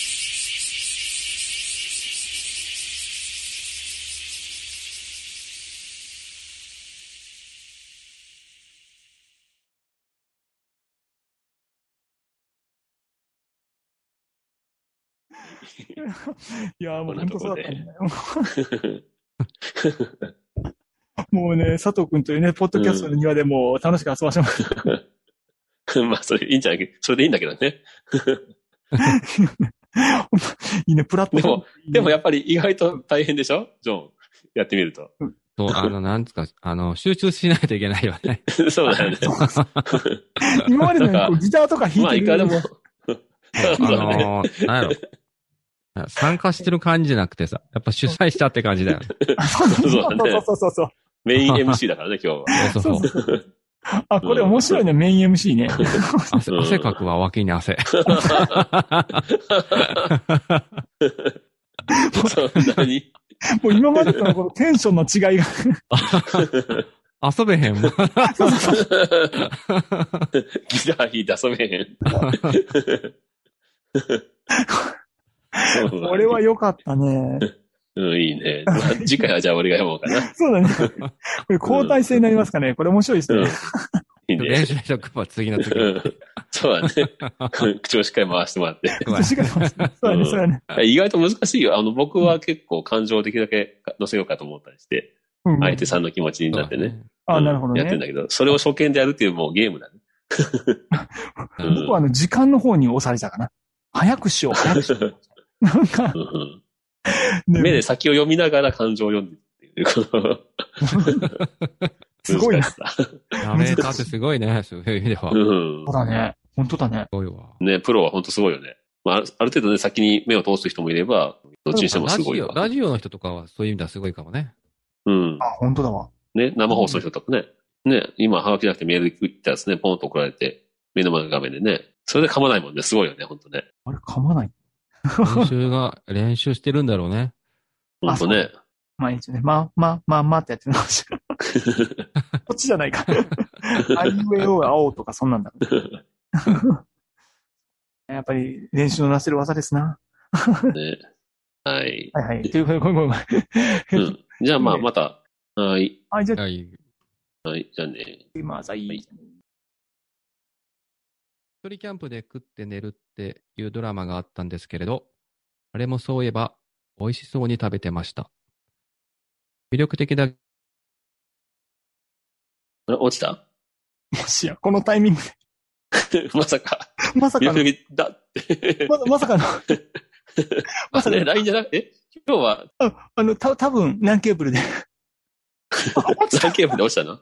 C: いや、もう本当そうだったね。
B: は
C: もうね、佐藤君というね、ポッドキャストの庭でもう楽しく遊ばせまし
B: まあ、それいいんじゃないそれでいいんだけどね。
C: た。いいね、プラットフォーム。
B: でもやっぱり意外と大変でしょジョン。やってみると。
D: そう、あの、なんつうか、あの、集中しないといけないよね。
B: そうだよね。
C: 今までのようにこうギターとか弾
B: まあ、
C: い
B: い
C: て
B: くら
C: る
B: で
C: より
B: も
C: も。。
B: そう
D: あ
B: だね。
D: のー、なんやろ。参加してる感じじゃなくてさ、やっぱ主催したって感じだよね。
C: そうそうそうそうそう。
B: メイン MC だからね、今 日は。
D: そうそう
C: そうあ、これ面白いね、メイン MC ね。
D: 汗、汗かくわ、脇に汗。
B: そう、何
C: もう今までとのこのテンションの違いが。
D: 遊べへんもん。
B: ギター弾いて遊べへん。
C: これは良かっ たね。
B: うん、いいね。まあ次回はじゃあ俺が読もうかな。
C: そうだね。これ交代制になりますかね。これ面白いです
B: うん
C: ね。。
B: いい
D: 練
B: ね。
D: 習しとくわ、次の次。
B: うんそうだね。口をしっかり回してもらって。
D: ごめん
C: 確かにそうだね、そうだね。
B: 意外と難しいよ。あの、僕は結構感情できるだけ乗せようかと思ったりして、
C: うん。
B: 相手さんの気持ちになってね。
C: あ、
B: うん
C: なるほど
B: やってん
C: ね。
B: だけど、それを初見でやるっていうもうゲームだね。うん
C: 僕はあの、時間の方に押されたかな。早くしよう、早くしよう。なんか
B: う、んうん 目
C: ね
B: で先を読みながら感情を読んでるっていう、この、
C: すごいな。そ
B: 難しさ
D: ダメだってすごいね、そういう意味では。
B: う
D: す
B: ん
C: う。だね。本当だね。
D: ごいわ。
B: ね、プロは本当すごいよね。まあ、あるある程度ね、先に目を通す人もいれば、どっちにしても
D: ラ
B: すごい
D: ジオ、
B: わ。
D: ラジオの人とかはそういう意味ではすごいかもね。
B: うん
C: あ。、本当だわ。
B: ね、生放送の人とかね。ね、今、ハガキじゃなくてメールで来たやつね、ポンと送られて、目の前の画面でね。それで噛まないもんね。すごいよね、本当ね。
C: あれ、噛まない。
D: 練習が、練習してるんだろうね。
B: 本当ね。
C: まあ一応ね、まあまあまあまあってやってみました。こっちじゃないか。あいうえおあおうとかそんなんだ。やっぱり練習のなせる技ですな。
B: ね。 はい。
C: はいはい。ということで、ごめんごめんご
B: う
C: めん。
B: ん。じゃあまあ、
C: ね
B: また。はい。
C: あ、じゃあ、
D: はい。
B: はい。じゃあね。
C: 今、ざい。
D: 一人キャンプで食って寝るっていうドラマがあったんですけれど、あれもそういえば美味しそうに食べてました。魅力 的だ
B: あれ落ちた
C: もしや、このタイミング で、
B: まさか。
C: まさか
B: 夕
C: の、
B: べだって。
C: ままさかの、ま
B: あ
C: さか
B: れ、
C: の、
B: LINE じゃなくて、え今日は
C: ああの、た多分何ケーブルで。
B: ランケーブルで落ちた の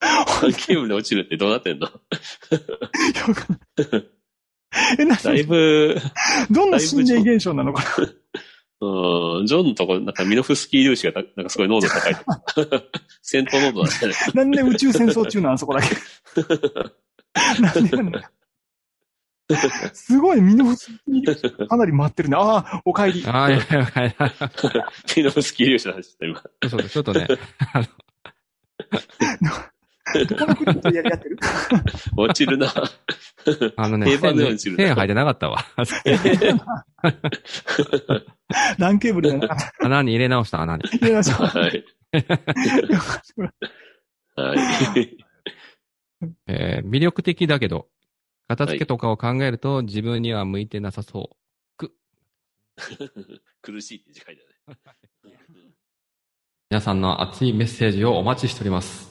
B: ランケーブルで落ちるってどうなってんの
C: よくえ、な
B: だいぶ、
C: どんな心霊現象なのかな
B: うん、ジョンのとこ、なんかミノフスキー粒子がたなんかすごい濃度高い とか。戦闘濃度なんじゃない
C: なんで宇宙戦争中なんあそこだけ。なんでなんだよすごい、みんな普通にかなり待ってるね。ああ、お帰り。
D: ああ、いやいやいや。
B: ミノフスキー粒子の話した、今。
D: そうですちょっとね、あの
C: この国とやり合ってる
B: 落ちる な。
D: あのね、
B: 定番
D: 線
B: のよう
D: に
B: にする
D: 線入ってなかったわ。
C: 何ケーブルじゃなかっ
D: 穴に入れ直した、穴に。
C: た。やりましょう
B: はい。はい。
D: えー魅力的だけど、片付けとかを考えると自分には向いてなさそう。
B: 苦しいって字書いてあるね。
D: 皆さんの熱いメッセージをお待ちしております。